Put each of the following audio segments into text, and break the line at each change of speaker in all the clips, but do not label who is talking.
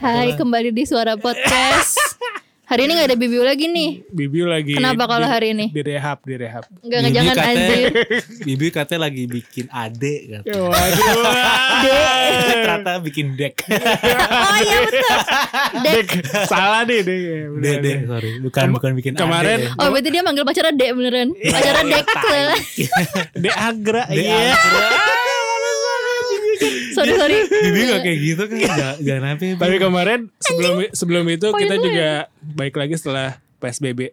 Hai, kembali di Suara Podcast. Hari ini nggak ada Bibiu lagi nih.
Bibiu
Iya,
lagi
Kenapa kalau
di-
hari ini?
direhab direhab
Enggak enggak jangan anjir.
Bibi katanya lagi bikin ade kan. Ternyata bikin dek.
Oh iya betul. Dek.
salah deh deh
Dede,
Nah,
sorry. Bukan bukan bikin
kemarin
ade.
Oh berarti dia manggil pacarnya Dek beneran.
Iya,
Pacarnya Dek. tuh.
deh agra
Dek
iya
Sorry sorry.
Bibi gak kayak gitu kan. Jangan, jangan apa ya.
tapi kemarin sebelum sebelum itu
Poin
kita
lu.
juga baik lagi setelah psbb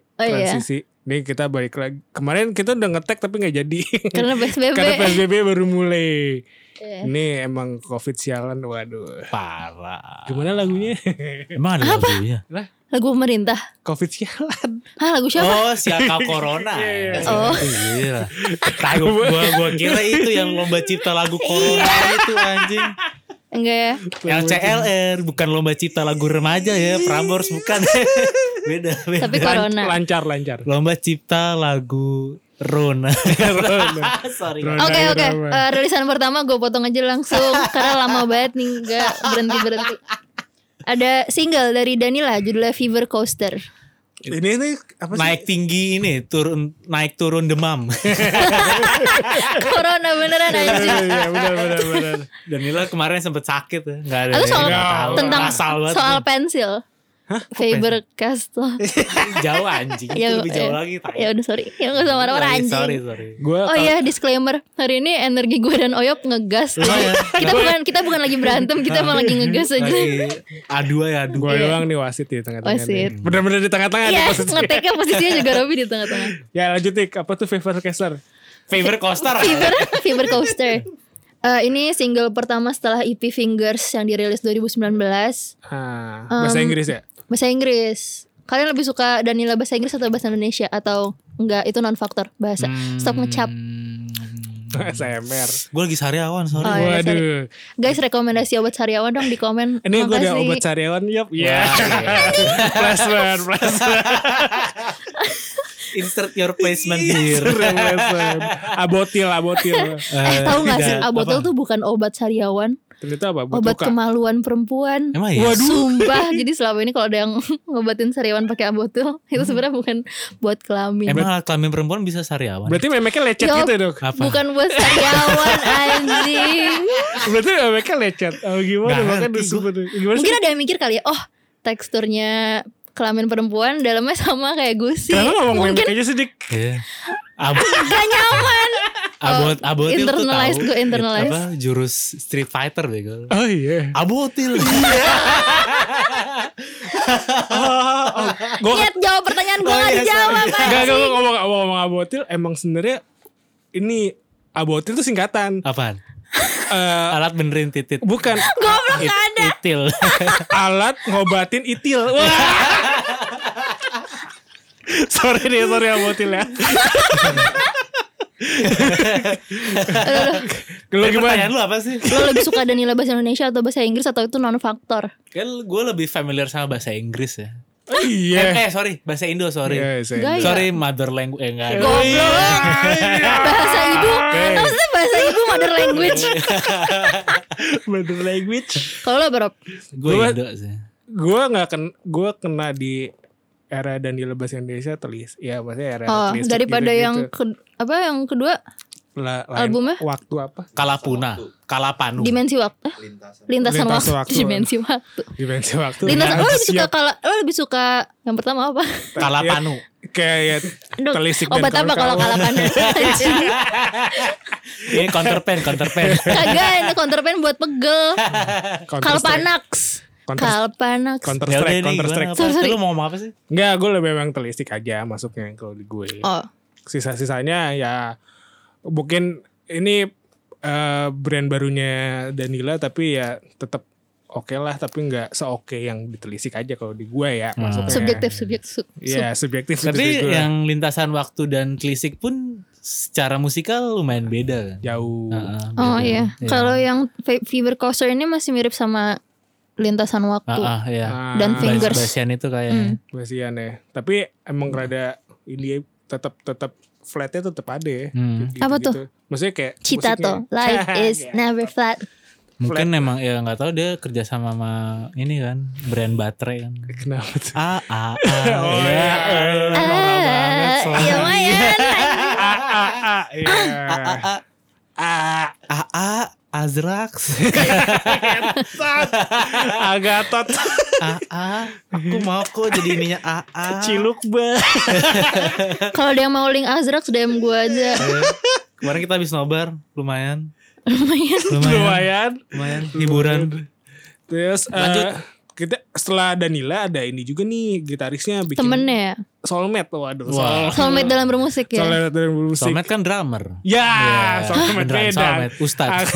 ya? Oh, iya.
transisi Nih kita balik lagi kemarin kita udah ngetek tapi nggak jadi
Karena PSBB.
karena psbb baru mulai
Iya.
ini emang covid sialan waduh
Parah.
gimana lagunya
Emang ada lagunya?
Lagu pemerintah.
covid sialan
Hah lagu siapa?
Oh, siaka corona.
iya.
Oh.
Iya. Tahu gua gua kira itu yang lomba
Iya.
cipta lagu corona itu anjing.
Enggak ya.
LCLR bukan lomba cipta lagu remaja ya, Prambors bukan. beda, beda.
Tapi corona.
lancar lancar
Lomba cipta lagu Rona. Sorry.
Rona.
Oke
Lancar,
oke.
lancar.
Eh, rilisan pertama gue potong aja langsung karena lama banget nih nggak berhenti berhenti. Ada single dari Danila judulnya Fever Coaster.
ini ini apa sih
Naik tinggi ini, turun naik turun demam.
Corona beneran anjing.
Iya, benar benar benar.
Danila kemarin sempet sakit ya, nggak ada.
Atau soal
nggak tahu.
tentang
Asal banget.
soal pensil. Faber Castell.
jauh anjing.
Ya,
itu lebih jauh
ya.
lagi. tai.
ya udah sorry. Ya enggak usah marah-marah
Sorry,
anjing.
Sorry, sorry.
Gua
Oh
kalau-
iya disclaimer hari ini energi gue dan Oyop ngegas.
Oh, iya.
kita bukan kita bukan lagi berantem kita malah lagi ngegas aja.
Lagi adu ya adu.
Gue doang nih wasit di tengah-tengah
Iya. Wasit.
nih. Bener-bener di tengah-tengah nih
Iya
posisinya.
ngeteknya posisinya juga Robby di tengah-tengah.
Ya lanjut Tik, apa tuh favor caster?
Fever coaster. eh?
Fever Fever Coaster. Eh, ini single pertama setelah EP Fingers yang dirilis 2019
Ah, bahasa Inggris ya?
bahasa Inggris. Kalian lebih suka Danila bahasa Inggris atau bahasa Indonesia atau enggak itu non faktor bahasa.
Hmm.
Stop ngecap.
SMR.
Gue lagi sariawan, sorry.
Oh, iya, sorry.
Waduh.
Guys rekomendasi obat sariawan dong di komen.
Ini gue ada
Makasih.
obat sariawan, yup. Iya. Plus one, plus one,
Insert your placement here.
plus one. Abotil, abotil.
Eh tahu gak sih
Dan
Abotil
apa?
tuh bukan obat sariawan,
Ternyata apa?
obat
Butuka.
kemaluan perempuan.
Emang iya? Waduh.
Sumpah, jadi selama ini kalau ada yang ngobatin sariawan pakai Abotil, itu sebenarnya bukan buat kelamin.
Hmm. Emang alat kelamin perempuan bisa sariawan?
Berarti memeknya lecet
Yup.
gitu dok?
Apa?
Bukan buat sariawan anjing.
Berarti memeknya lecet. Oh gimana?
Nggak
Makanya
ngerti
disumpah tuh. Gimana sih?
Mungkin ada yang mikir kali ya, oh teksturnya kelamin perempuan dalamnya sama kayak gusi.
Kenapa ngomong
Mungkin
memek aja sih Dik?
Iya. Ab
gak nyaman.
abot abotil
Eh,
tuh
internalize,
tahu.
gua internalize.
Apa jurus Street Fighter bego.
Oh iya.
Abotil.
Gue
Nyet jawab pertanyaan gue
Oh,
gak
iya,
dijawab
Gak, gak,
anjing.
gua ngomong, ngomong, ngomong abotil Emang sebenarnya Ini Abotil itu singkatan
Apaan?
Eh,
Alat benerin titit.
Bukan
Goblok
It-
gak ada.
Itil.
Alat ngobatin itil Wah Sorry deh, sorry abotil ya Lu
Tapi Pertanyaan
gimana?
lu apa sih?
Lo lebih suka Danila bahasa Indonesia atau bahasa Inggris atau itu non faktor?
Kan gue lebih familiar sama bahasa Inggris ya.
Iya
Eh, eh, sorry, bahasa Indo sorry.
Iya, saya-
Gaya.
Sorry mother language eh, enggak ada.
Goblok.
Oh,
bahasa ibu. Maksudnya bahasa ibu mother language.
Mother language
Kalau lo oh, berop.
Gue
Gua-
Indo sih.
Gue gak kena Gue kena di Era dan di lebas Indonesia telis Ya maksudnya era
Oh,
telisik
daripada
gitu-gitu.
yang ke- apa yang kedua
La- lain
albumnya?
Waktu apa?
Kalapuna, Kalapanu.
dimensi waktu. Eh, Lintasan,
Lintas
waktu. ya,
waktu.
dimensi waktu.
Dimensi waktu Nah,
Lintasan lo lebih suka
Siap.
kalau lo lebih suka yang pertama apa?
Kalapanu.
Iya. Kayak
Aduh,
telisik dan
obat apa kalau
kawan-kawan.
kalapan? Anjing.
Ini counterpen, counterpen.
Kagak, ini counterpen buat pegel.
Counter Strike.
Kalpanax.
Counter-
Kalpanax.
Counter
Ya udah
Strike,
ini
Counter
gimana?
Strike.
apa?
Sorry, sorry.
Lu mau ngomong apa sih?
Enggak, gue lebih memang telisik aja masuknya kalau di gue.
Oh,
Sisa-sisanya ya mungkin ini eh, brand barunya Danila tapi ya tetap oke lah tapi nggak seoke yang ditelisik aja kalau di gue ya masuknya.
subjektif subjektif.
Iya, subjektif
Hmm. Tapi
subjektif gue.
yang lintasan waktu dan klisik pun secara musikal lumayan beda kan.
jauh.
Heeh,
Oh
beda.
iya. Kalau yang Fe- Fever Coaster ini masih mirip sama lintasan
Heeh,
waktu
iya.
Nah,
dan
Bass-
fingers. Hmm.
Bassian itu kayak Iya.
kasihan ya. Tapi emang rada ini tetap tetap flatnya tetap ada ya.
Hmm.
Gitu-gitu.
Apa tuh?
Maksudnya kayak
Cita
musiknya.
tuh Life is
Ya.
never flat
Mungkin emang ya nggak tahu dia kerja sama sama ini kan brand baterai kan.
Kenapa tuh?
A A A.
Oh,
ya,
iya.
eh, norak banget,
Ah,
soalnya.
Iya lumayan
A A A Ah, iya.
A A
A
A A Azrax.
Sat. Agatot
A A. Aku mau kok jadi ininya A A.
Ciluk ba
Kalau dia mau link Azrax DM gue aja
Eh, Kemarin kita habis nobar, lumayan,
Lumayan
lumayan,
Lumayan
lumayan, hiburan.
Terus eh,
Lanjut.
kita setelah Danila ada ini juga nih gitarisnya bikin
Temennya ya
soulmate waduh
Wah.
Soulmate dalam bermusik ya
soul, soulmate dan musik
Somet kan drummer.
ya
Iya,
soulmate
beneran
beda
soulmate, ustad.
Ak-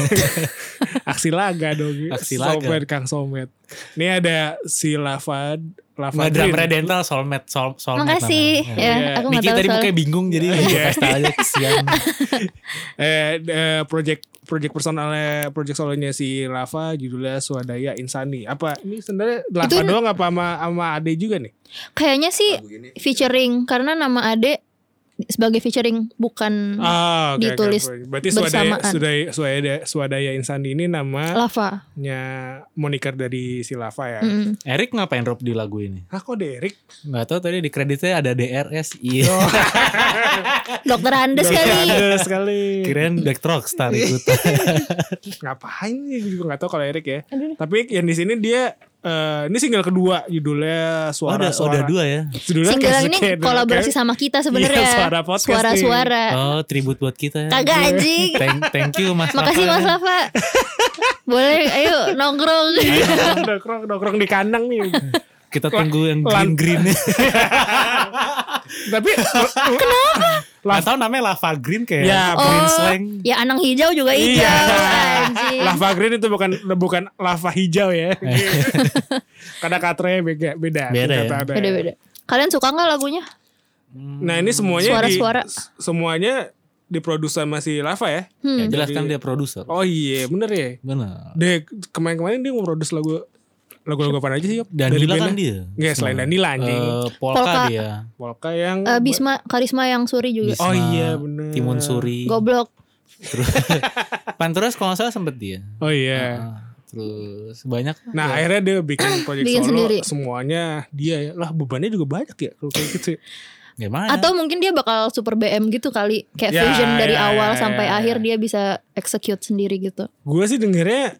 aksi laga dong
Aksi laga.
soulmate kang soulmate ini ada si lava lava
Nggak drummer
Green.
dental, soulmate, soul, soulmate.
Makasih
namanya.
ya,
Iya.
Aku
Niki
gak tahu
tadi
soal
mukanya bingung jadi
Iya.
gue kasih tau aja kesian.
eh, eh project project personalnya project solonya si lava judulnya swadaya insani apa ini sebenarnya lava
Itu-
doang apa sama sama ade juga nih
Kayaknya sih
lagu ini
featuring Karena nama Ade Sebagai featuring Bukan
Ah,
Hmm.
oke, oke.
Ditulis
berarti swadaya,
bersamaan.
swadaya swadaya swadaya insani ini nama
Lava
nya moniker dari si Lava
Eh.
ya.
Mm.
Erik ngapain drop di lagu ini?
Ah kok Derek?
Nggak tahu tadi di kreditnya ada DRS. Iya.
Oh, Dokter Andes kali
Ada
iya.
sekali.
Kirain back rockstar ikutan.
Ngapain ya gue juga nggak tahu kalau Erik ya.
Aduh.
Tapi yang di sini dia eh, ini single kedua judulnya
Oh,
suara
ada, oh,
suara.
ada dua ya.
Judulnya
Single
kayak-
ini
kayak-
kolaborasi
kayak-
sama kita
Iya,
sebenarnya
suara podcast
Suara-suara
Oh, tribut buat kita ya.
Kagak anjing
Thank, thank you Mas.
Makasih
Rafa.
Mas Lava Boleh ayo nongkrong
Nongkrong nongkrong di kandang nih.
Kita tunggu yang
Lan-
green greennya.
Tapi Lava-
Atau namanya lava green kayak
Ya,
green
Oh,
slang.
Ya anang hijau juga
Iya.
hijau anjing.
Lava green itu bukan bukan lava hijau ya. Karena katranya beda beda.
Eh. Beda ya?
Kata ada.
Beda-beda. Kalian suka nggak lagunya?
Nah ini semuanya
Suara-suara.
di, s- semuanya diproduksi sama si Lava ya.
Ya,
Hmm.
jelas
Jadi-
kan dia produser.
Oh iya bener ya.
Benar.
Dia kemarin-kemarin dia ngeproduksi lagu lagu-lagu apa aja sih? Yop?
Dan
Dari
Danila kan
bandnya?
dia.
Nggak, selain Danila, anjing.
Eh, Polka,
Polka.
dia.
Polka yang
Eh, Bisma, Karisma yang Suri juga.
Bisma,
Oh iya, bener.
Timun Suri.
Goblok.
Terus Panturas kalau nggak salah sempet dia.
Oh iya.
Heeh. Ah, Terus banyak
Nah akhirnya dia bikin project
Iya. Bikin
solo
sendiri.
semuanya dia ya. Lah bebannya juga banyak ya kalau kayak gitu. ya.
gimana?
Atau mungkin dia bakal super BM gitu kali, kayak
Ya,
fusion dari
ya,
awal
ya,
sampai
ya.
akhir dia bisa execute sendiri gitu.
Gue sih dengernya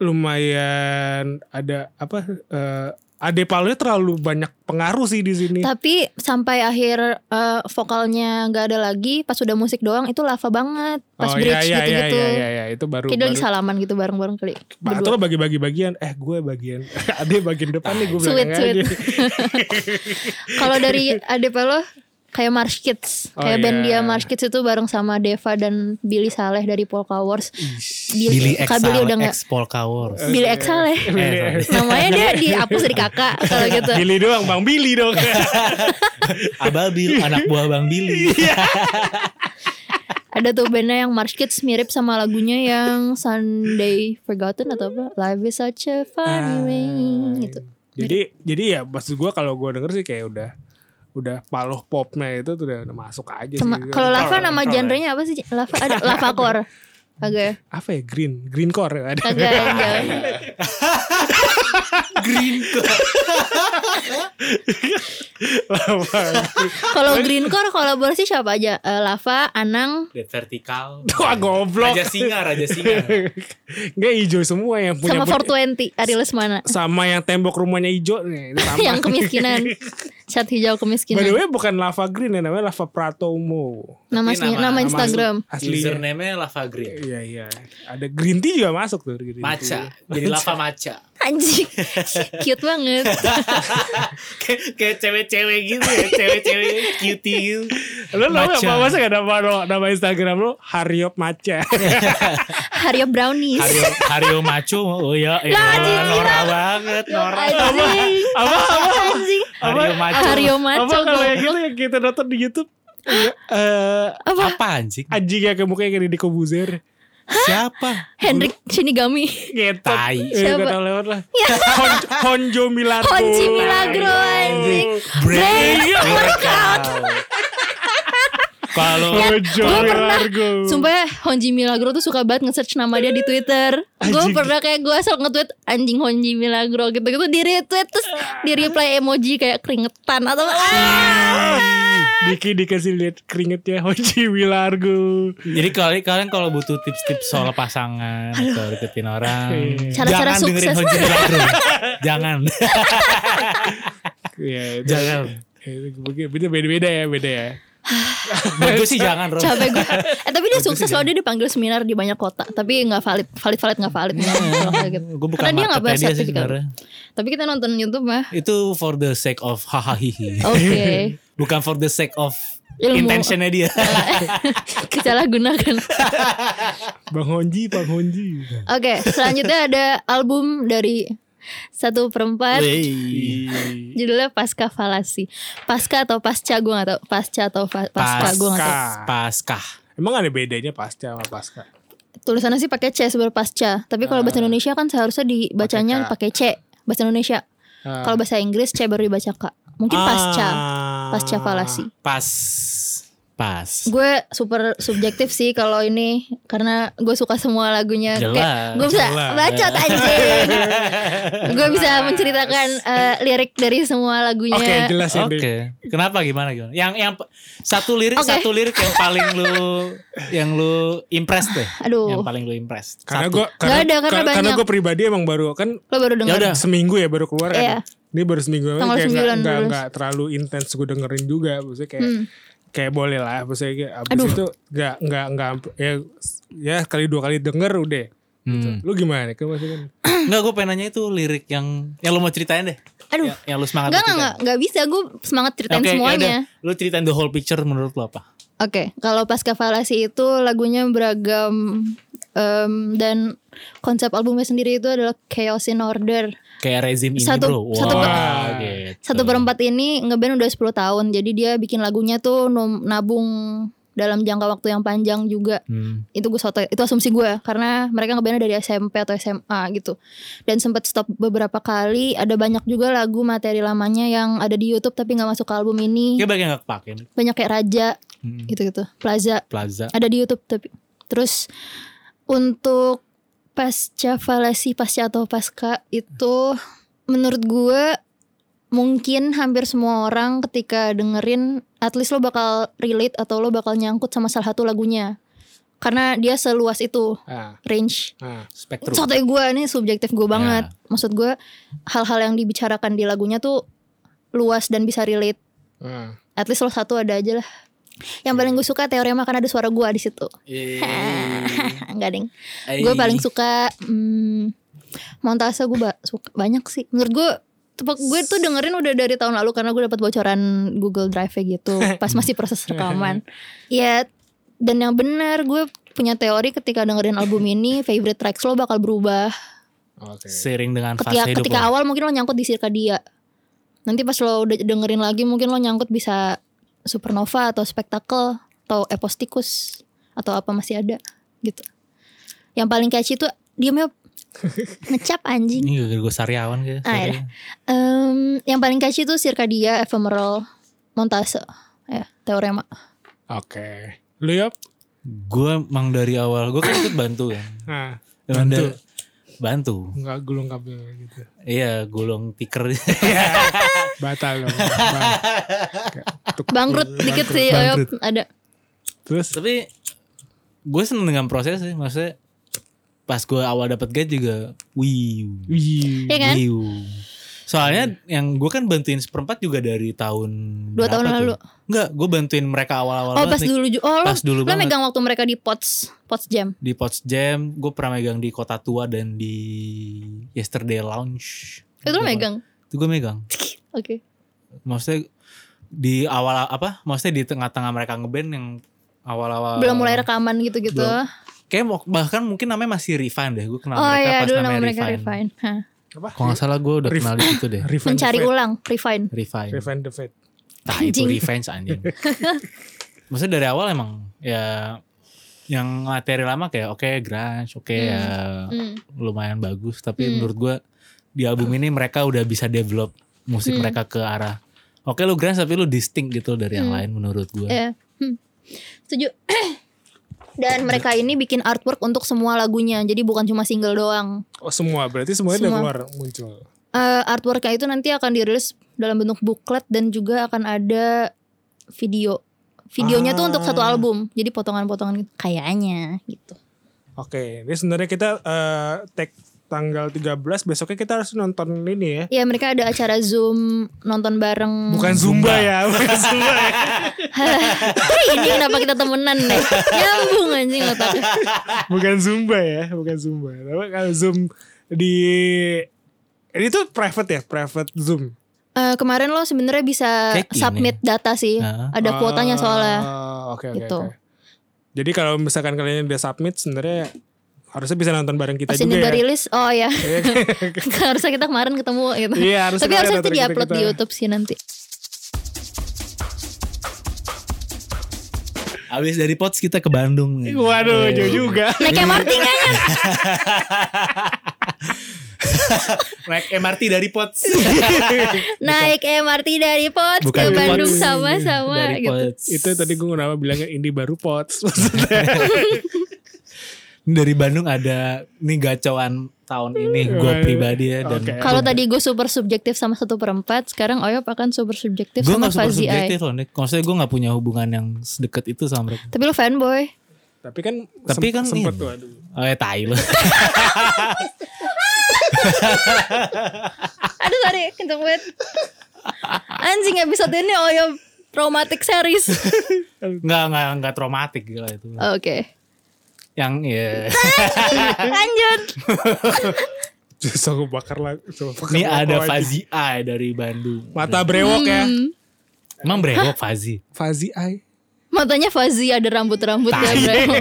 lumayan ada apa? eh Ade Palnya terlalu banyak pengaruh sih di sini.
Tapi sampai akhir eh, vokalnya nggak ada lagi, pas udah musik doang itu lava banget. Pas bridge
iya, iya,
gitu-gitu.
iya, iya, iya, itu baru.
Kayak dia
baru
lagi salaman gitu bareng-bareng kali.
Ba- Atau
berdua.
lo bagi-bagi bagian Eh gue bagian Ada bagian depan nih gue
Sweet,
belakang
sweet.
aja
Kalau dari Ade Pelo kayak Marsh Kids,
Oh,
kayak band dia
iya.
Marsh Kids itu bareng sama Deva dan Billy Saleh dari Polka Wars.
Mm.
Billy X,
Kak Billy udah nggak
X Polka Wars.
Billy X Saleh.
Eh,
Namanya dia dihapus dari kakak kalau gitu.
Billy doang Bang Billy dong
Abah Bill, anak buah Bang Billy.
Ada tuh bandnya yang Marsh Kids mirip sama lagunya yang Sunday Forgotten atau apa? Life is such a
Ah,
funny way gitu.
Jadi jadi ya maksud gue kalau gue denger sih kayak udah Udah paloh popnya itu tuh udah, udah masuk aja
Sama
iya sih
kalau Lava
Kental,
nama
kental ya.
genrenya apa sih? Lava ada Lava Core. Agak
Apa ya green Green core ya ada.
agak enggak.
Green
Kalau Green Core kolaborasi siapa aja? Eh, Lava, Anang,
Dead vertikal.
Wah goblok
Raja singa, raja singa.
Nggak hijau semua yang punya
sama 420 Ari Lesmana.
Sama yang tembok rumahnya hijau nih ini sama.
yang kemiskinan. Cat hijau
By the
kemiskinan.
way bukan lava green ya namanya lava pratomo
Nama,
Ini nama-
nama
nama
Instagram.
Asli
Username-nya Lava Green.
Iya iya. Ada green tea juga masuk tuh green tea.
Maca, jadi lava Iya. maca.
Anjing. Cute banget.
Kayak- kayak cewek-cewek gitu ya, cewek-cewek cutie gitu.
Lu tau gak
Maca.
apa masa gak nama lo, nama Instagram lo Haryop Maca.
Hario Brownies.
Hario, Hario Macho, oh ya, ya
Lah, anjing,
norak banget, norak.
Anjing.
apa apa
Anjing.
Hario Macho.
Hario
apa
Maco.
kalau yang
goblok.
gitu yang kita nonton di YouTube eh
Apa?
Apa anjing?
anjing yang mukanya kayak di Kobuzer.
Siapa?
Hendrik Shinigami.
Gitu.
Tai.
Eh, gak
Siapa? Ya.
tau lewat lah. Hon- Honjo Milagro.
Honji Milagro anjing. Brain workout.
Kalau
Ojo
Gua pernah-
Largo.
Sumpah Honji Milagro tuh suka banget nge-search nama dia di Twitter Gue
Anjing.
pernah kayak gue asal nge-tweet Anjing Honji Milagro gitu-gitu Di retweet terus di reply emoji kayak keringetan Atau
Diki dikasih lihat keringetnya Hoji Wilargo.
jadi kalau kalian kalau butuh tips-tips soal pasangan atau deketin orang,
Iya.
Cara-cara
jangan dengerin
sukses.
Honji Milagro. jangan,
Iya, itu-
jangan.
itu mungkin- itu beda-beda ya, beda ya.
Buat gue sih jangan,
Capek
Rom.
gue Eh tapi dia sukses loh Dia dipanggil seminar di banyak kota Tapi gak valid Valid-valid gak valid
Gue Iya, bukan
Karena dia gitu gak
marketnya
bahas
dia sih
sertifikat
sebenarnya.
Tapi kita nonton Youtube mah
Itu for the sake of hahaha.
Oke
Bukan for the sake of
Oh. Ilmu.
intentionnya dia.
Kesalahgunakan
Bang Honji, Bang Honji.
Oke selanjutnya ada album dari Satu perempat
Wey.
Judulnya Pasca Falasi. Pasca atau pasca gue gak tau. Pasca atau fa- pasca gue gak tau.
Pasca.
Paskah.
Emang ada bedanya pasca sama pasca?
Tulisannya sih pakai C sebelum pasca. Tapi kalau
Ah.
bahasa Indonesia kan seharusnya dibacanya
Pakai
pakai C. Bahasa Indonesia.
Ah.
Kalau bahasa Inggris C baru dibaca K. Mungkin pasca.
Ah.
Pasca falasi.
Pas. Pas.
Gue super subjektif sih kalau ini karena gue suka semua lagunya
Jelas,
gue bisa
jelas.
bacot anjing. gue bisa menceritakan eh, lirik dari semua lagunya.
Oke, jelas ya.
Oke.
Dri.
Kenapa gimana gimana? Yang yang pe- satu lirik
Oke.
satu lirik yang paling lu yang lu impress deh.
Aduh.
Yang paling lu impress.
Karena
Satu.
gue karena,
ada, karena
karena, karena
banyak.
gue pribadi emang baru kan
Lo baru
Ya
denger.
udah.
seminggu ya baru keluar
Iya.
kan. Ini baru seminggu emang
Tanggal
kayak nggak-
sembilan
nggak
rilis.
nggak terlalu intens gue dengerin juga, maksudnya kayak
Hmm.
kayak boleh lah, maksudnya kayak abis
Aduh.
itu nggak nggak nggak amp- ya ya kali dua kali denger udah. Gitu.
Hmm.
Lu gimana? Kamu masih kan?
Enggak gue pengen nanya itu lirik yang yang lu mau ceritain deh.
Aduh.
Yang, yang lu semangat
Enggak,
ceritain.
enggak, enggak, enggak bisa. Gue semangat ceritain
Ya, Oke, ya
semuanya.
udah. Lu ceritain the whole picture menurut lu apa?
Oke, kalau Pasca Falasi itu lagunya beragam em, dan konsep albumnya sendiri itu adalah Chaos in Order.
Kayak rezim ini
Satu-
bro.
satu
Wah,
per-
gitu.
Satu perempat ini ngeband udah 10 tahun, jadi dia bikin lagunya tuh nom- nabung dalam jangka waktu yang panjang juga.
Hmm.
Itu gue soto, itu asumsi gue karena mereka ngebandnya dari SMP atau SMA gitu. Dan sempat stop beberapa kali, ada banyak juga lagu materi lamanya yang ada di YouTube tapi nggak masuk ke album ini.
Kayak bagian gak kepake. nih.
Banyak kayak Raja
Hmm.
gitu-gitu, Plaza
Plaza.
ada di YouTube tapi terus untuk pasca falasi pasca atau pasca itu menurut gue mungkin hampir semua orang ketika dengerin at least lo bakal relate atau lo bakal nyangkut sama salah satu lagunya karena dia seluas itu
Ah,
range
ah.
Spektrum.
Soalnya gue ini subjektif gue banget maksud gue hal-hal yang dibicarakan di lagunya tuh luas dan bisa relate
ah.
at least lo satu ada aja lah yang paling gue suka teorema kan ada suara gue di situ Enggak deng
Eh,
Gue
iya,
paling suka hmm, Montase gue ba- suka banyak sih Menurut gue tepuk- gue tuh dengerin udah dari tahun lalu karena gue dapat bocoran Google Drive gitu pas masih proses rekaman. Ya dan yang benar gue punya teori ketika dengerin album ini favorite tracks lo bakal berubah.
Oke.
sering dengan Kan fase
Ketika
hidup
ketika
lo.
awal mungkin lo nyangkut di Circadia. Nanti pas lo udah dengerin lagi mungkin lo nyangkut bisa Supernova atau Spectacle atau Epostikus atau apa masih ada gitu. Yang paling catchy itu diamnya ngecap anjing.
ini gara gue sariawan kayak
Ah,
sorry.
iya. Em, yang paling catchy itu Circadia, Ephemeral, Montase, ya, Teorema.
Oke. Lu yop?
gue emang dari awal gue kan ikut bantu kan
Ah,
Emang
Bantu.
dari- bantu
enggak gulung kabel gitu.
iya gulung tiker
Batal dong. Bang.
Bangkrut
Iya,
dikit sih, Oyop, ada.
Terus
tapi gue seneng dengan proses sih maksudnya pas gue awal dapat gaji juga wiu
wih.
Iya kan?
wiu soalnya yang gue kan bantuin seperempat juga dari tahun
Dua tahun lalu.
enggak gue bantuin mereka awal-awal
Oh
banget
pas
nih.
dulu ju- Oh lo,
Pas dulu
lo
banget.
megang waktu mereka di Pots Pots Jam
di Pots Jam gue pernah megang di Kota Tua dan di Yesterday Lounge
Itu Eh, lo megang
itu gue megang
Oke
Eh, maksudnya di awal apa maksudnya di tengah-tengah mereka ngeband yang awal-awal
Belum mulai rekaman gitu-gitu
Belum. kayak mo- bahkan mungkin namanya masih Refine deh gue kenal
Oh
mereka
iya
pas
dulu
namanya
nama mereka
Refine,
Refine, Hah.
Apa?
kalau nggak salah gue udah
Ref-
kenal di situ deh
Revenge
Mencari
the Fate.
ulang Refine
Refine
Revenge the Fate.
Tah, itu
Anjing.
Refine anjing maksudnya dari awal emang ya yang materi lama kayak oke grunge oke
Hmm.
ya
Hmm.
lumayan bagus tapi
Hmm.
menurut gue di album ini mereka udah bisa develop musik
Hmm.
mereka ke arah oke lu grunge tapi lu distinct gitu dari yang
Hmm.
lain menurut gue
Iya. Hmm. Setuju. Dan mereka ini bikin artwork untuk semua lagunya. Jadi bukan cuma single doang.
Oh semua berarti semuanya udah
Semua.
keluar muncul.
Eh, artworknya itu nanti akan dirilis dalam bentuk booklet dan juga akan ada video. Videonya tuh untuk satu
Ah.
album. Jadi potongan-potongan gitu. Kayaknya gitu.
Oke, ini sebenarnya kita eh tag tanggal 13 besoknya kita harus nonton ini
Ya
ya.
mereka ada acara Zoom nonton bareng.
Bukan Zumba, ya, bukan Zumba. ya.
Hei, ini kenapa kita temenan deh? Nyambung anjing otaknya.
bukan Zumba ya, bukan Zumba. Tapi kalau Zoom di ini tuh private ya, private Zoom.
Eh, kemarin lo sebenarnya bisa
Kayak gini.
submit data sih.
Nah.
Ada kuotanya soalnya.
Ah, Oke, oke.
Gitu.
oke. Jadi kalau misalkan kalian udah submit sebenarnya harusnya bisa nonton bareng kita
Pas ini
juga ya.
rilis, oh ya. harusnya kita kemarin ketemu gitu.
Iya, harusnya
Tapi
kemarin
harusnya
nonton
itu diupload
kita-kita.
di YouTube sih nanti.
Abis dari Pots kita ke Bandung.
ya. Waduh, jauh juga.
Naik MRT nggak ya?
Naik MRT dari Pots.
Iya, Naik MRT dari Pots
Bukan
ke
dari
Bandung
Pots.
sama-sama
dari
gitu.
Pots.
Itu tadi gue kenapa bilangnya indie baru pots. Maksudnya.
dari Bandung ada nih gacauan tahun ini gue pribadi ya dan
Oke.
Kalau tadi gue super subjektif sama satu perempat, sekarang Oyop akan super subjektif
gue
sama ya. eh.
nggak super
Fazi
subjektif
Ai.
loh Nick. maksudnya gue nggak punya hubungan yang sedekat itu sama mereka
Tapi lo fanboy.
Tapi kan
Tapi kan
sempet
ini.
tuh aduh.
oh ya tai lo
Aduh sorry, kenceng banget. Anjing episode ini Oyop traumatic series.
nggak nggak nggak traumatik gila itu
Oke.
yang ya
Lanjut.
Terus aku bakar lagi. coba bakar
ini
rokok
ada
lagi.
Fazi Ai dari Bandung
Mata brewok ya.
Hmm.
emang brewok Fazi
Fazi Ai.
Matanya Fazi ada rambut-rambutnya
Tai.
bro.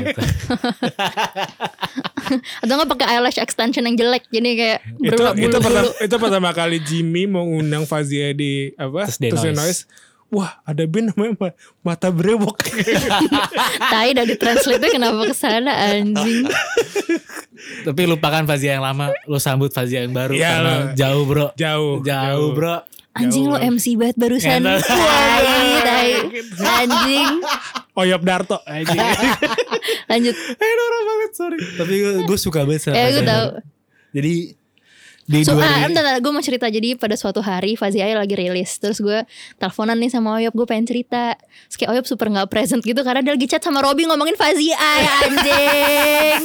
Atau nggak pakai eyelash extension yang jelek jadi kayak
Itu
berbulu
itu
bulu
pertama, itu pertama kali Jimmy mau ngundang Fazi Ai di apa?
Tuesday
Tuesday
Noise.
Noise. Wah, ada band namanya Ma- Mata Brewok.
Tai dari translate kenapa kesana anjing
tapi lupakan Fazi yang lama lu sambut Fazi yang baru
Iya,
karena
lo.
jauh bro
jauh,
jauh, bro
Anjing lo MC banget barusan
Ngentot.
Tai tai Anjing
Oyop Darto anjing.
Lanjut
eh norak banget sorry tapi gue suka banget sama
Eh gue
Fazi.
tau
jadi di
So,
dua
ah, gue mau cerita jadi pada suatu hari Fazi Ai lagi rilis terus gue teleponan nih sama Oyop gue pengen cerita terus kayak Oyop super nggak present gitu karena dia lagi chat sama Robby ngomongin Fazi Ai anjing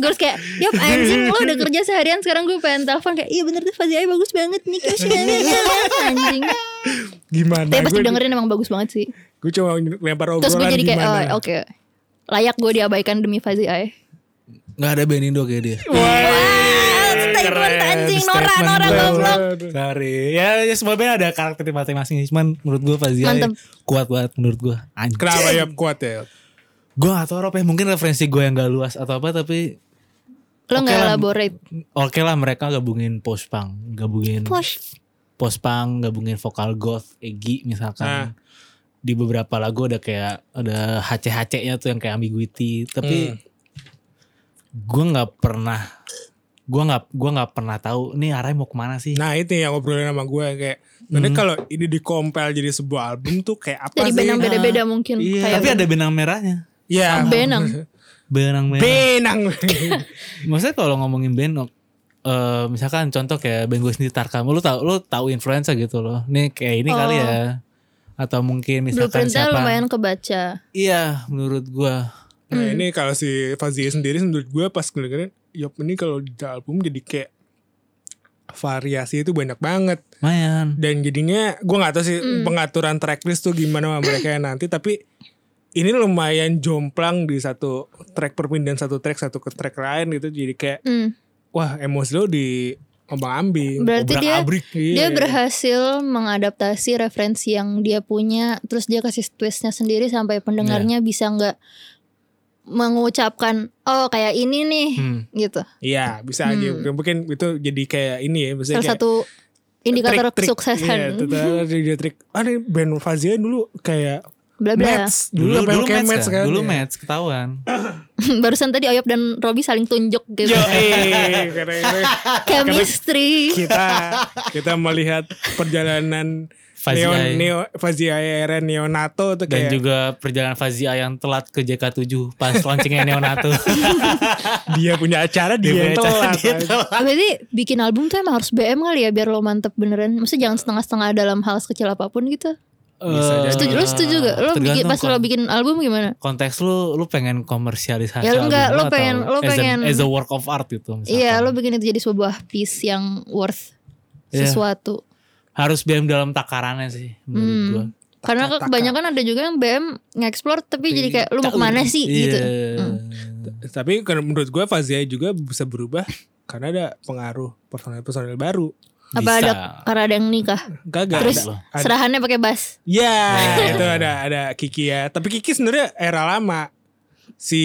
gue terus kayak Yop anjing lo udah kerja seharian sekarang gue pengen telepon kayak iya bener tuh Fazi Ai bagus banget nih Kayak sih, anjing
Gimana?
Nah,
tapi pasti
Gue-
dengerin emang bagus banget sih
Gue cuma lempar obrolan
terus gue jadi kayak
gimana.
oh, oke layak gue diabaikan demi eh." Fazi Ai
nggak ada band Indo kayak dia
Ah, statement anjing Nora
statement
Nora
gue.
goblok
Sorry. Ya, ya semua band ada karakter masing-masing. Cuman menurut gue Fazia
Mantep.
kuat banget menurut gue. Anjir.
Kenapa Oyop kuat ya?
Gue gak tau Rob ya. Mungkin referensi gue yang gak luas atau apa. Tapi
lo nggak
lah.
elaborate
oke lah mereka gabungin post-punk. Gabungin
Posh
post-punk. Gabungin vokal goth. Egi misalkan. Di beberapa lagu ada kayak. Ada HC-HC-nya tuh yang kayak ambiguity. Tapi gue gak pernah. Gue gak, gua gak pernah tahu nih arahnya mau kemana sih.
Nah itu yang ngobrolin sama gue kayak. Nanti
Hmm.
kalau ini dikompel jadi sebuah album tuh kayak apa
dari
sih?
band yang beda-beda mungkin
Iya,
kayak
tapi ada benang merahnya.
Ya.
benang
Benang merah.
Benang.
Maksudnya kalau ngomongin band eh, misalkan contoh kayak band gue sendiri Tarkam, lu tahu lu tahu influencer gitu loh. Nih kayak ini kali ya. Atau mungkin
Oh.
misalkan
blueprintnya
siapa?
lumayan kebaca
Iya, menurut gua
Nah
Hmm.
ini kalau si Fazia sendiri menurut gue pas dengerin Yop ini kalau di album jadi kayak variasi itu banyak banget
lumayan.
dan jadinya gue nggak tahu sih
Hmm.
pengaturan tracklist tuh gimana sama mereka yang nanti tapi ini lumayan jomplang di satu track perpindahan satu track satu ke track lain gitu jadi kayak
Hmm.
wah emosi lo di iya. ombang ambing
berarti dia
abrik.
dia berhasil mengadaptasi referensi yang dia punya terus dia kasih twistnya sendiri sampai pendengarnya bisa nggak mengucapkan oh kayak ini nih
Hmm.
gitu
Iya bisa aja Mungkin- mungkin itu jadi kayak ini ya maksudnya
Hmm. salah
kayak
satu indikator
trik-trik. Iya,
kesuksesan
ternyata dia trik. Ah, ini band Fazia dulu kayak
bla bla
Mets. Dulu, dulu, dulu kayak
match
Mets kan.
Dulu
ya.
match ketahuan.
barusan tadi Oyop dan Robby saling tunjuk gitu
Yo, eh, keren, keren.
chemistry
kita kita melihat perjalanan Neo,
Fazia yang-
Neo, Fazia ya, era neonato tuh kayak
dan juga perjalanan Fazia yang telat ke JK7 pas launchingnya neonato.
dia punya acara dia,
punya
yang
acara,
telat.
dia telat.
Berarti bikin album tuh emang harus BM kali ya biar lo mantep beneran. Maksudnya jangan setengah-setengah dalam hal sekecil apapun gitu.
Bisa jadi.
Setuju, lo setuju gak? Lo bikin,
Tergantung
pas lo
kon-
bikin album gimana?
konteks lu lu pengen komersialisasi
Ya, lu
album
enggak, lu
atau
pengen- lu
as an-
pengen-
as a work of art gitu misalkan.
Iya, lo bikin itu jadi sebuah piece yang worth
Iya.
sesuatu.
harus BM dalam takarannya sih menurut
Hmm.
gua.
Karena
Taka-taka.
kebanyakan ada juga yang BM nge-explore tapi jadi kayak lu mau kemana sih
Iya.
gitu.
Tapi kan menurut gue Fazia juga bisa berubah karena ada pengaruh personel-personel baru.
Apa
Bisa.
ada karena ada yang nikah.
Gagal.
Terus
ada, ada-
serahannya pakai bass.
Ya,
Ya.
itu ada ada Kiki ya. Tapi Kiki sebenarnya era lama. Si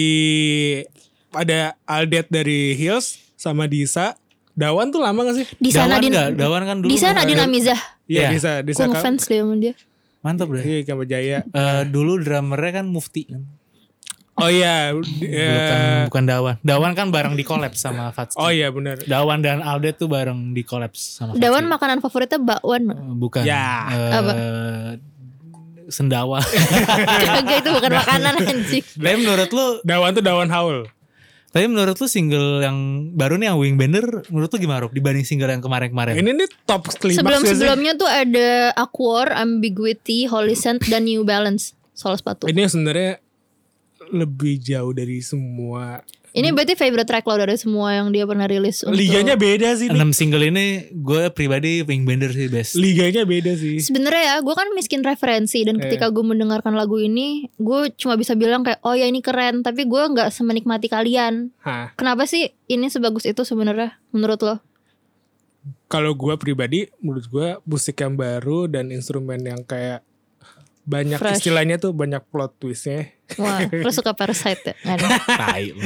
ada Aldet dari Hills sama Disa. Dawan tuh lama gak sih?
Di sana
Dawan
di
nggak? Dawan kan dulu
di sana
kan-
di Namizah.
Iya,
Iya.
Disa, Disa.
Gue
Ka-
ngefans deh sama dia.
mantap deh
Iya, Kamu Jaya.
Eh, dulu drummernya kan Mufti kan
Oh iya, di-
bukan,
eh,
bukan Dawan Dawan kan bareng di collab sama Fatsi
Oh iya benar.
Dawan dan Aldet tuh bareng di collab sama Fatsi
Dawan makanan favoritnya bakwan.
bukan
Ya.
Eh,
Apa?
sendawa
Kagak itu bukan makanan anjing.
tapi menurut lu
Dawan tuh Dawan Haul.
tapi menurut lu single yang baru nih yang Wing Banner menurut lu gimana Rob dibanding single yang kemarin-kemarin
Ini nih top klimaks
Sebelum
gak sih?
sebelumnya tuh ada Aquar, Ambiguity, Holy Scent dan New Balance soal sepatu.
Ini sebenarnya lebih jauh dari semua.
Ini
Hmm.
berarti favorite track lo dari semua yang dia pernah rilis. untuk-
Liganya beda sih. Dik.
6 single ini gue pribadi Wing Bender sih best.
Liganya beda sih.
Sebenarnya ya, gue kan miskin referensi
Eh.
dan ketika gue mendengarkan lagu ini, gue cuma bisa bilang kayak, oh ya ini keren, tapi gue nggak semenikmati kalian.
Hah.
Kenapa sih ini sebagus itu sebenarnya menurut lo?
Kalau gua pribadi, menurut gua musik yang baru dan instrumen yang kayak banyak
Fresh.
istilahnya tuh banyak plot twistnya.
Wah, lo suka Parasite ya? Nggak ada.
Tai lu.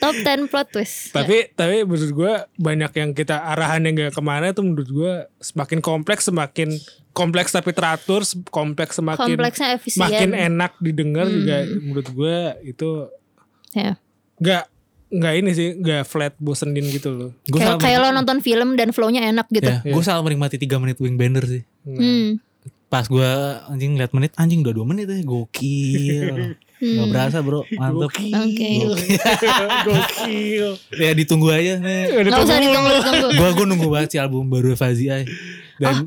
Top 10 plot twist.
Tapi tapi menurut gua banyak yang kita arahannya nggak kemana tuh menurut gua semakin kompleks semakin kompleks tapi teratur, se- kompleks semakin
Kompleksnya efisien.
makin
e-
enak didengar juga
Hmm.
menurut gua itu
Ya.
nggak nggak ini sih nggak flat bosenin gitu loh.
Gue
Kayak,
sangat
kayak lo nonton film dan flow-nya enak gitu.
gue sangat Ya, menikmati 3 menit Wing Bender sih.
Hmm.
Pas gue anjing lihat menit anjing udah 2 menit ya gokil. Gak berasa bro, mantep.
Hmm. Oke.
Gokil.
Ya ditunggu aja nih.
Udah
Nggak usah ditunggu, ditunggu.
Gue gue nunggu banget sih album baru Fazia. Dan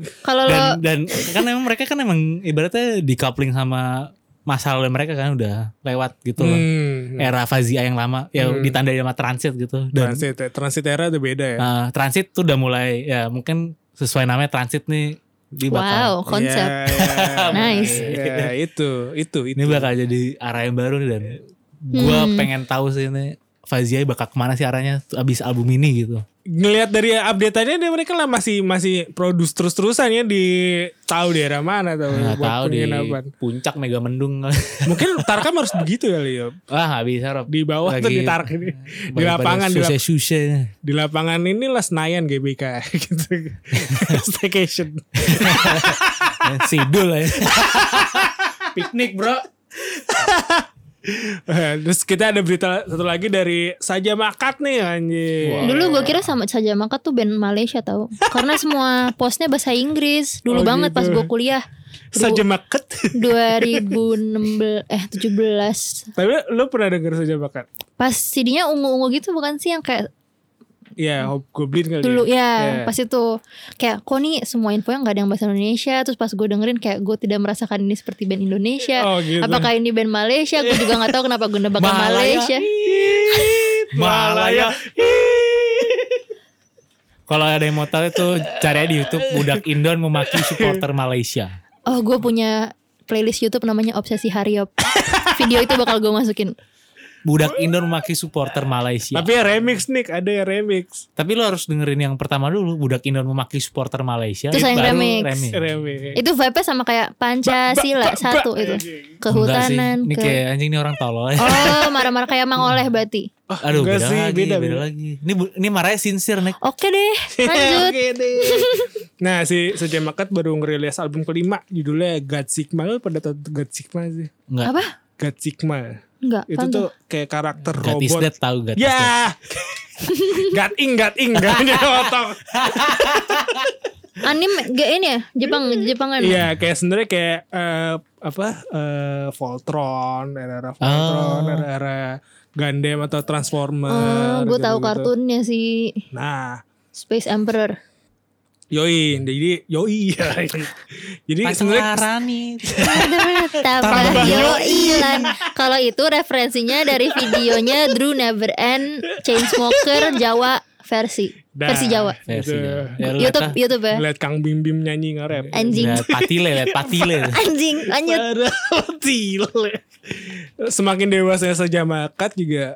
Oh,
Kalau lo
dan, dan kan emang mereka kan emang ibaratnya decoupling sama masalah mereka kan udah lewat gitu loh.
Hmm.
Era Fazia yang lama ya ditandai sama transit gitu. Dan
Transit, transit era udah beda ya.
Nah, transit tuh udah mulai ya mungkin sesuai namanya transit nih di Iya. bakal
wow, konsep.
Ya, ya.
Nice.
Ya, itu, itu, itu.
ini bakal jadi arah yang baru nih dan gua
Hmm.
pengen tahu sih ini Fazia bakal kemana sih arahnya tuh abis album ini gitu.
Ngelihat dari update-annya dia mereka lah masih masih produce terus-terusan ya di tahu daerah mana tahu
Nggak
buat
tahu di
Hmm, penginapan.
puncak Mega Mendung.
Mungkin Tarkam harus begitu ya, Leo.
Wah nggak bisa Rob.
Di bawah tuh
Lagi-
di Tark ini. Di lapangan di,
susah
lap-
susah.
di lapangan inilah Senayan GBK gitu. Staycation.
Sidul ya. Piknik bro.
Terus kita ada berita satu lagi dari Saja Makat nih anjir.
Dulu gue kira sama saja maka tuh band Malaysia tau Karena semua postnya bahasa Inggris Dulu
Oh,
banget
gitu.
pas gue kuliah
Saja Makat.
2016 eh 17
Tapi lu pernah denger Saja Makat?
Pas CD-nya ungu-ungu gitu bukan sih yang kayak
Iya, Hope Goblin kali.
dulu ya
Iya.
pas itu kayak kok nih semua info yang gak ada yang bahasa Indonesia terus pas gue dengerin kayak gue tidak merasakan ini seperti band Indonesia
Oh, gitu.
apakah ini band Malaysia gue juga nggak tahu kenapa gue nebak ke
Malaya.
Malaysia
Malaya. Kalau ada yang mau tahu itu cari aja di YouTube budak Indon memaki supporter Malaysia.
oh gue punya playlist YouTube namanya Obsesi Hariop video itu bakal gue masukin
Budak Indon memaki supporter Malaysia.
Tapi ya remix Nick, ada ya remix.
Tapi lo harus dengerin yang pertama dulu Budak Indon memaki supporter Malaysia.
Terus yang
baru
remix.
Remix.
Itu vibe-nya sama kayak Pancasila satu itu.
Enggak sih.
Kehutanan
Ini
ke
kayak anjing ini orang tolol ya.
Oh, marah-marah kayak Mang Oleh berarti.
Oh,
Aduh,
enggak
beda
sih,
lagi,
beda,
beda,
beda.
lagi. Ini bu- ini marahnya sincere nih.
Oke deh, lanjut.
Oke deh. nah si Saja Makat baru ngerilis album kelima judulnya God Sigma lu pada tau God Sigma sih.
Enggak.
Apa?
God Sigma.
Enggak,
Itu
apaan
tuh kayak karakter
God is
robot.
dead tahu God. is
Ya. Gating, gating, gating, gating, gating,
anime gak ini ya Jepang Jepangan
Iya, kayak sebenarnya kayak eh, apa eh, Voltron, era-era Voltron,
Oh.
era-era Gundam atau Transformer.
oh gue tahu
gitu-gitu.
kartunnya si
Nah,
Space Emperor
yoi, jadi yoi. jadi sebenarnya
nih.
tambah yo ilan kalau itu referensinya dari videonya Drew Never End Chainsmoker Jawa versi
Dah,
versi Jawa
Versi
gitu.
Jawa. Ya, lu lihat
YouTube
lah.
YouTube ya
Lihat Kang Bim Bim nyanyi nge-rap.
anjing
Lihat patile, lihat patile.
anjing lanjut
Tile. Semakin dewasa saja makat juga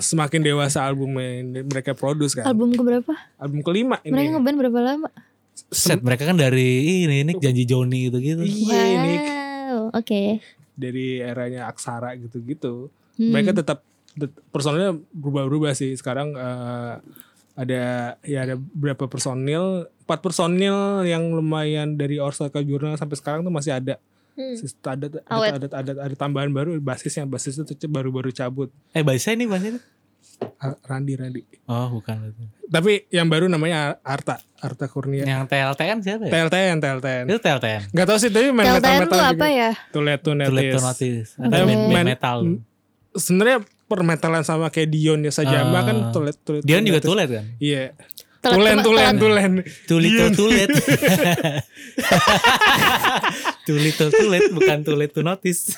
semakin dewasa album yang mereka produce kan. Album,
album keberapa
kelima ini.
mereka ngeband berapa lama
Set mereka kan dari ini ini janji Joni gitu-gitu.
Iya ini
wow oke
dari eranya aksara gitu-gitu.
Hmm.
Mereka tetap tet- personilnya berubah-berubah sih. Sekarang eh, ada ya ada berapa personil? Empat personil yang lumayan dari Orsaka Journal sampai sekarang tuh masih ada.
Hmm.
Sis- Ada, ada,
Awet.
ada, ada, ada tambahan baru basisnya basisnya tuh baru-baru cabut.
Eh bahasa ini bahasa ini.
Ah, Randi Randi.
Oh, bukan.
Iya. Tapi yang baru namanya Arta, Arta Kurnia.
Yang TLTN siapa ya?
TLTN, TLTN.
Itu TLTN.
Gak tau sih tapi main metal
Telltale
metal
tuh apa ya
Tuh lihat tuh
Tulepto
netis.
Notis.
Oke.
Atau band, band
Main-
metal.
Hmm. Sebenarnya permetalan sama kayak Dion ya saja
Ah.
kan tulet tulet.
Dion juga
tulet.
tulet kan?
Iya.
Telat-
Tulen
telat-
tulen tulen. Iya.
Tulito tulet. Tulito tulet bukan tulet to notice.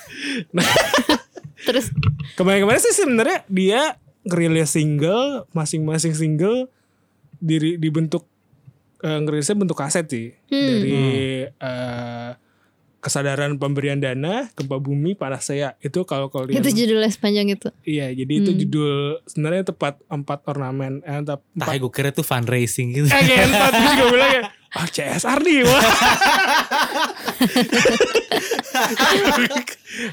terus
Kemarin-kemarin sih sebenarnya dia ngerilis single, masing-masing single diri dibentuk eh, ngerilisnya bentuk kaset sih
Hmm.
dari
Hmm.
eh, kesadaran pemberian dana gempa bumi panas saya itu kalau kalau
itu Hmm.
lihat
judulnya sepanjang itu
Iya, jadi itu judul sebenarnya tepat empat ornamen, eh, tep-
Tah,
empat
gue kira tuh fundraising gitu.
eh, kayak empat terus gue bilang kayak, ah CSR nih, wah.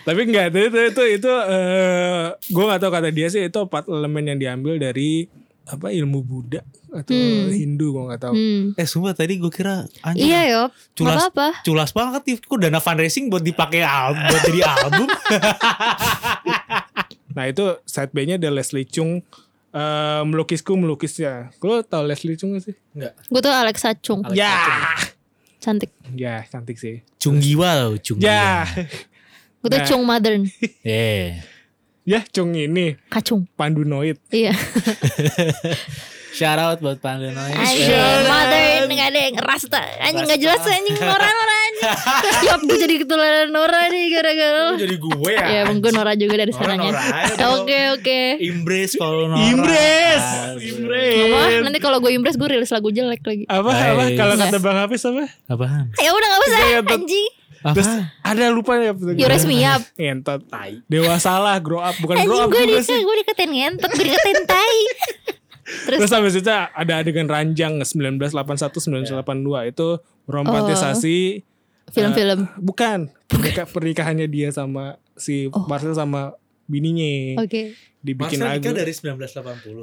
Tapi enggak, itu itu itu, itu eh, gue nggak tahu kata dia sih itu empat elemen yang diambil dari apa ilmu Buddha atau
Hmm.
Hindu gue nggak tahu.
hmm.
Eh sumpah tadi gue kira anjing.
iya yo nggak
Culas-
apa apa
Culas banget nih, kok dana fundraising buat dipakai album, buat jadi album.
Nah itu side B-nya ada Leslie Chung eh, melukisku melukisnya. Lo tau Leslie Chung nggak sih?
Enggak.
gue tuh Alexa Chung
Ya,
cantik
ya cantik sih.
Cunggiwa loh, Cunggiwa.
Ya,
gue tuh
Nah.
Chung modern
Eh,
ya Chung ini
kacung
Pandunoid.
iya
Shout out buat Pandu Noise. Eh,
Anjing, modern nggak ada yang rasta anjing nggak jelas anjing Nora Nora anjing Yop, gue jadi ketularan Nora nih gara-gara lo.
Jadi gue
Iya.
ya emang gue Nora juga dari sananya
Nora aja dong.
oke oke
Imbrace kalau Nora.
Imres,
Asli.
Iya.
Wah,
Imres.
nanti kalau gue impress gue rilis lagu jelek lagi
Apa apa
Nice.
kalau kata Bang Hafiz apa?
Apaan?
ya udah nggak usah
Iya, bet-
anjing
Terus
Apaan?
ada lupa ya.
Yores Miap
Ngentot tai. Dewasalah grow up bukan
anjing
grow up
gue di
juga sih.
gue dikatain ngentot gue dikatain tai
Terus habis itu ada adegan ranjang 1981 1982 itu romantisasi
film-film
Oh. bukan Oh. pernika- pernikahannya dia sama si Marcel sama bininya
oke
dibikin
Marcel
lagu.
nikah dari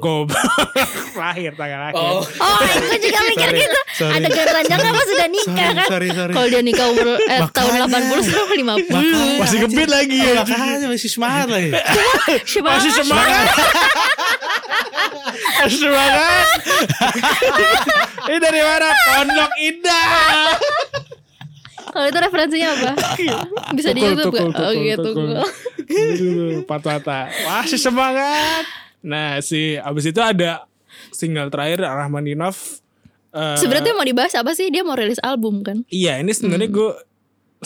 1980.
Goblok. lahir tanggal lahir.
Oh,
Oh, gue juga mikir gitu.
sorry.
Ada garanjang apa sudah nikah
sorry,
kan?
sorry, sorry.
Kalau dia nikah umur eh, tahun
Makanya.
80 sekarang 50.
Masih gebit lagi ya.
Iya, Makanya masih semangat lagi.
Siapa?
Masih semangat. Masih semangat. Ini dari mana? Pondok Indah.
Kalau itu referensinya apa? Bisa di YouTube Oh, gitu,
Iya. Tukul,
gak?
tukul,
Oke,
tukul,
tunggu.
tukul. Patwata. Masih semangat. Nah, si abis itu ada single terakhir Rahmaninov. Eh,
Sebenarnya mau dibahas apa sih? Dia mau rilis album kan?
iya, ini sebenarnya gue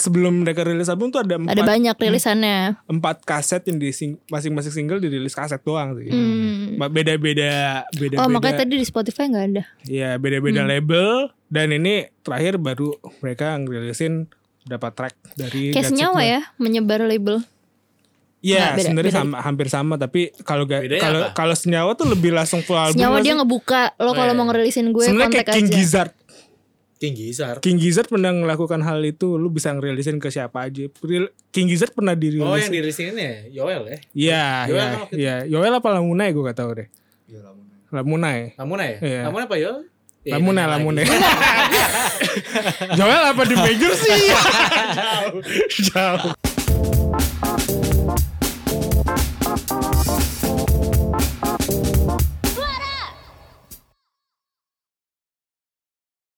sebelum mereka rilis album tuh ada
Ada
empat, Hmm.
banyak rilisannya.
empat kaset yang di sing- masing-masing single dirilis kaset doang sih.
Hmm.
Beda-beda, beda-beda.
Oh, makanya tadi di Spotify nggak ada.
Iya beda-beda
Hmm.
label dan ini terakhir baru mereka ngerilisin dapat track dari
Kayak
Gatsby.
senyawa ya, menyebar label. Nah,
Iya
beda-
sebenarnya
beda. ya?
sama, hampir sama tapi kalau ga-
Bedanya
kalau
apa?
kalau senyawa tuh lebih langsung full album.
Senyawa
lah
dia
sih. Oh, iya.
ngebuka lo kalau mau ngerilisin gue
sebenarnya kayak
kontak
King
aja.
Gizzard.
Tinggi Sar.
King Gizzard pernah melakukan hal itu, lu bisa ngerilisin ke siapa aja. Ril- King Gizzard pernah dirilis.
Oh, yang diri sini nih, Yoel ya.
Iya,
Yoel
iya,
kan waktu itu.
iya. Yoel apa Lamunai gue gak tau deh. Lamunai.
Lamuna ya?
Iya.
Lamuna apa Yoel? iya. Eh,
Lamunai,
nanya
Lamunai.
lagi.
Yoel apa The Major sih? Jauh. Jauh.